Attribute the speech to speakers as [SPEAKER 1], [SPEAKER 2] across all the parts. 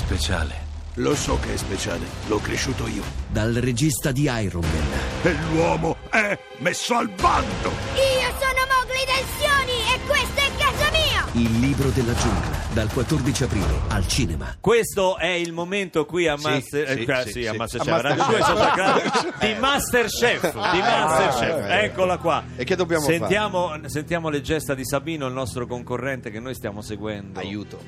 [SPEAKER 1] speciale.
[SPEAKER 2] Lo so che è speciale, l'ho cresciuto io.
[SPEAKER 3] Dal regista di Iron Man,
[SPEAKER 2] E l'uomo è messo al bando!
[SPEAKER 4] Io sono Mowgli Tensioni e questo è casa mia!
[SPEAKER 3] Il libro della giungla, dal 14 aprile al cinema.
[SPEAKER 5] Questo è il momento qui a Master
[SPEAKER 1] sì,
[SPEAKER 5] eh, qua-
[SPEAKER 1] sì,
[SPEAKER 5] sì, a
[SPEAKER 1] sì.
[SPEAKER 5] Masterchef,
[SPEAKER 6] A
[SPEAKER 5] Radio
[SPEAKER 6] Masterchef.
[SPEAKER 5] 2 sottoscritto, di Masterchef, di Masterchef.
[SPEAKER 6] eh, eh.
[SPEAKER 5] Eccola qua.
[SPEAKER 6] E che dobbiamo fare?
[SPEAKER 5] sentiamo, Sentiamo le gesta di Sabino, il nostro concorrente che noi stiamo seguendo.
[SPEAKER 1] Aiuto.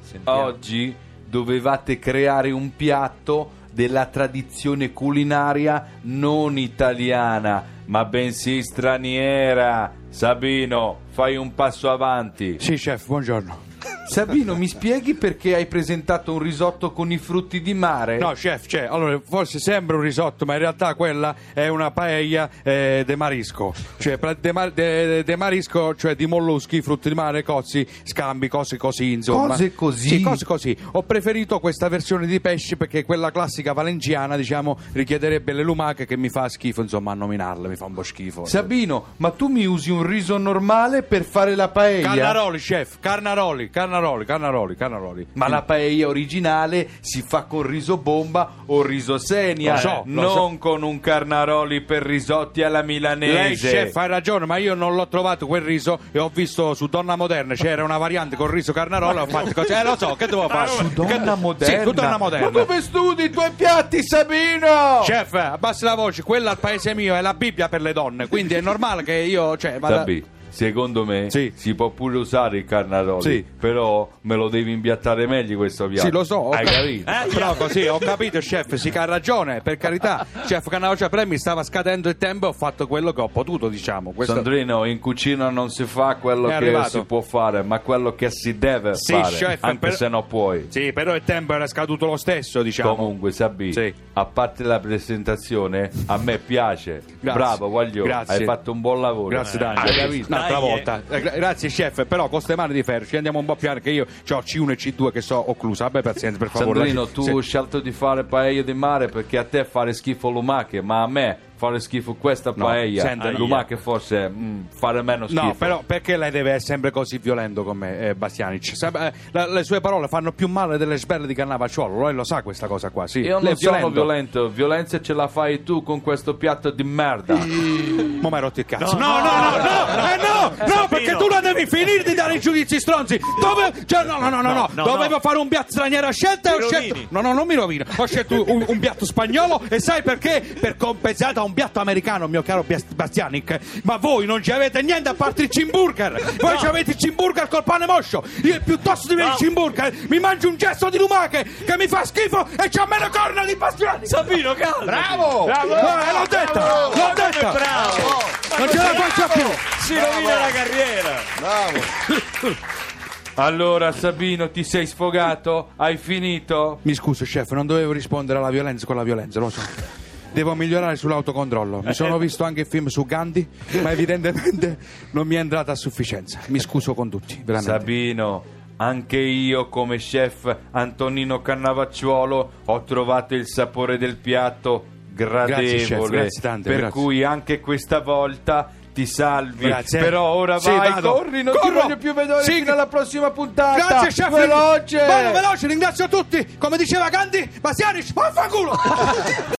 [SPEAKER 5] Sentiamo.
[SPEAKER 7] Oggi dovevate creare un piatto della tradizione culinaria non italiana, ma bensì straniera. Sabino, fai un passo avanti.
[SPEAKER 8] Sì, chef, buongiorno.
[SPEAKER 7] Sabino, mi spieghi perché hai presentato un risotto con i frutti di mare?
[SPEAKER 8] No, chef, cioè, allora, forse sembra un risotto, ma in realtà quella è una paella eh, de marisco. Cioè, pra- de, mar- de- de marisco, cioè di molluschi, frutti di mare, cozzi, scambi, cose così, insomma.
[SPEAKER 7] Cose così?
[SPEAKER 8] Sì, cose così. Ho preferito questa versione di pesce perché quella classica valenciana, diciamo, richiederebbe le lumache che mi fa schifo, insomma, a nominarle, mi fa un po' schifo.
[SPEAKER 7] Sabino, ma tu mi usi un riso normale per fare la paella?
[SPEAKER 8] Carnaroli, chef, carnaroli, carnaroli, carnaroli, carnaroli.
[SPEAKER 7] eh? Ma la paella originale si fa con riso bomba o riso senia,
[SPEAKER 8] Lo so, lo
[SPEAKER 7] non con un carnaroli per risotti alla
[SPEAKER 8] Lei,
[SPEAKER 7] milanese.
[SPEAKER 8] chef, hai ragione, ma io non l'ho trovato quel riso e ho visto su Donna Moderna c'era una variante col riso carnarola. Ho fatto così, eh, lo so, che devo fare?
[SPEAKER 7] Su donna
[SPEAKER 8] Che-
[SPEAKER 7] moderna.
[SPEAKER 8] Sì, su Donna Moderna.
[SPEAKER 7] Ma dove studi i tuoi piatti, Sabino?
[SPEAKER 8] Chef, abbassi la voce, quella al paese mio è la Bibbia per le donne, quindi è normale che io. Cioè, vada-
[SPEAKER 7] Sabì, secondo me
[SPEAKER 8] Sì.
[SPEAKER 7] si può pure usare il carnaroli,
[SPEAKER 8] Sì.
[SPEAKER 7] però me lo devi impiattare meglio questo piatto.
[SPEAKER 8] Sì, lo so. ho
[SPEAKER 7] Hai
[SPEAKER 8] cap-
[SPEAKER 7] capito?
[SPEAKER 8] Eh, però così, ho capito, chef, sì che ha ragione, per carità. Chef Canavoccia, però mi stava scadendo il tempo e ho fatto quello che ho potuto, diciamo. Questo...
[SPEAKER 7] Sandrino, in cucina non si fa quello
[SPEAKER 8] È
[SPEAKER 7] che
[SPEAKER 8] arrivato.
[SPEAKER 7] si può fare, ma quello che si deve
[SPEAKER 8] Sì,
[SPEAKER 7] fare,
[SPEAKER 8] chef,
[SPEAKER 7] anche
[SPEAKER 8] però-
[SPEAKER 7] se non puoi.
[SPEAKER 8] Sì, però il tempo era scaduto lo stesso, diciamo.
[SPEAKER 7] Comunque, Sabì,
[SPEAKER 8] Sì.
[SPEAKER 7] a parte la presentazione, a me piace.
[SPEAKER 8] Grazie.
[SPEAKER 7] Bravo, Guaglione,
[SPEAKER 8] Grazie.
[SPEAKER 7] hai fatto un buon lavoro.
[SPEAKER 8] Grazie Dani,
[SPEAKER 7] Hai
[SPEAKER 8] Hai
[SPEAKER 7] capito?
[SPEAKER 8] capito? un'altra
[SPEAKER 5] Dai, eh.
[SPEAKER 8] volta. Eh, gra- grazie chef, però con queste mani di ferro ci andiamo un po' piano che io ho C1 e C2 che so occlusa. Vabbè, pazienza, per favore.
[SPEAKER 7] Sandrino,
[SPEAKER 8] lasci-
[SPEAKER 7] tu
[SPEAKER 8] Sì.
[SPEAKER 7] hai scelto di fare paella di mare perché a te fare schifo lumache, ma a me fare schifo questa
[SPEAKER 8] No,
[SPEAKER 7] paella. eh,
[SPEAKER 8] senti, no.
[SPEAKER 7] lumache forse mm, fare meno schifo.
[SPEAKER 8] No, però perché lei deve essere sempre così violento con me, eh, Bastianic? Sa- eh, la- le sue parole fanno più male delle sberle di Cannavacciuolo, lei lo sa questa cosa qua, sì.
[SPEAKER 7] Io
[SPEAKER 8] Lei
[SPEAKER 7] non
[SPEAKER 8] è
[SPEAKER 7] sono violento, violenza ce la fai tu con questo piatto di merda.
[SPEAKER 8] Ma mi hai rotto il cazzo.
[SPEAKER 5] No, no, no, no,
[SPEAKER 8] eh, no, no,
[SPEAKER 5] Sabino. Eh.
[SPEAKER 8] perché tu la devi finire di dare i giudizi stronzi. Dove, cioè, no, no, no, no, no,
[SPEAKER 5] no,
[SPEAKER 8] dovevo
[SPEAKER 5] no.
[SPEAKER 8] fare un piatto straniero a scelta e
[SPEAKER 5] Ti
[SPEAKER 8] ho scelto.
[SPEAKER 5] rovini.
[SPEAKER 8] No, no, non mi rovino. Ho scelto un, un piatto spagnolo e sai perché? Per compensare da un piatto americano, mio caro Bast- Bastianic. Ma voi non ci avete niente a parte il cimburger. Voi ci avete il cimburger col pane moscio. Io piuttosto di avere il cimburger mi mangio un gesto di lumache che mi fa schifo e c'ho meno corna di Bastianic.
[SPEAKER 5] Sabino, calma.
[SPEAKER 6] Bravo!
[SPEAKER 8] Eh, l'ho detto, l'ho detto.
[SPEAKER 5] Bravo.
[SPEAKER 8] Non ce la faccio più.
[SPEAKER 5] Si rovina la carriera.
[SPEAKER 6] Bravo!
[SPEAKER 7] Allora, Sabino, ti sei sfogato? Hai finito?
[SPEAKER 8] Mi scuso, chef, non dovevo rispondere alla violenza con la violenza, lo so. Devo migliorare sull'autocontrollo. Mi
[SPEAKER 7] Eh.
[SPEAKER 8] sono visto anche il film su Gandhi, ma evidentemente non mi è entrata a sufficienza. Mi scuso con tutti, veramente.
[SPEAKER 7] Sabino, anche io come chef Antonino Cannavacciuolo ho trovato il sapore del piatto gradevole.
[SPEAKER 8] Grazie, chef, grazie tante,
[SPEAKER 7] per
[SPEAKER 8] grazie.
[SPEAKER 7] cui anche questa volta ti salvi.
[SPEAKER 8] Grazie.
[SPEAKER 7] Però ora
[SPEAKER 8] Sì,
[SPEAKER 7] vai,
[SPEAKER 8] vado.
[SPEAKER 7] corri, non ti
[SPEAKER 8] Corro.
[SPEAKER 7] voglio più vedere
[SPEAKER 8] Sì.
[SPEAKER 7] fino alla prossima puntata.
[SPEAKER 8] Grazie, chef.
[SPEAKER 7] Veloce!
[SPEAKER 8] Vado veloce, ringrazio tutti. Come diceva Gandhi, Basianic, vaffanculo!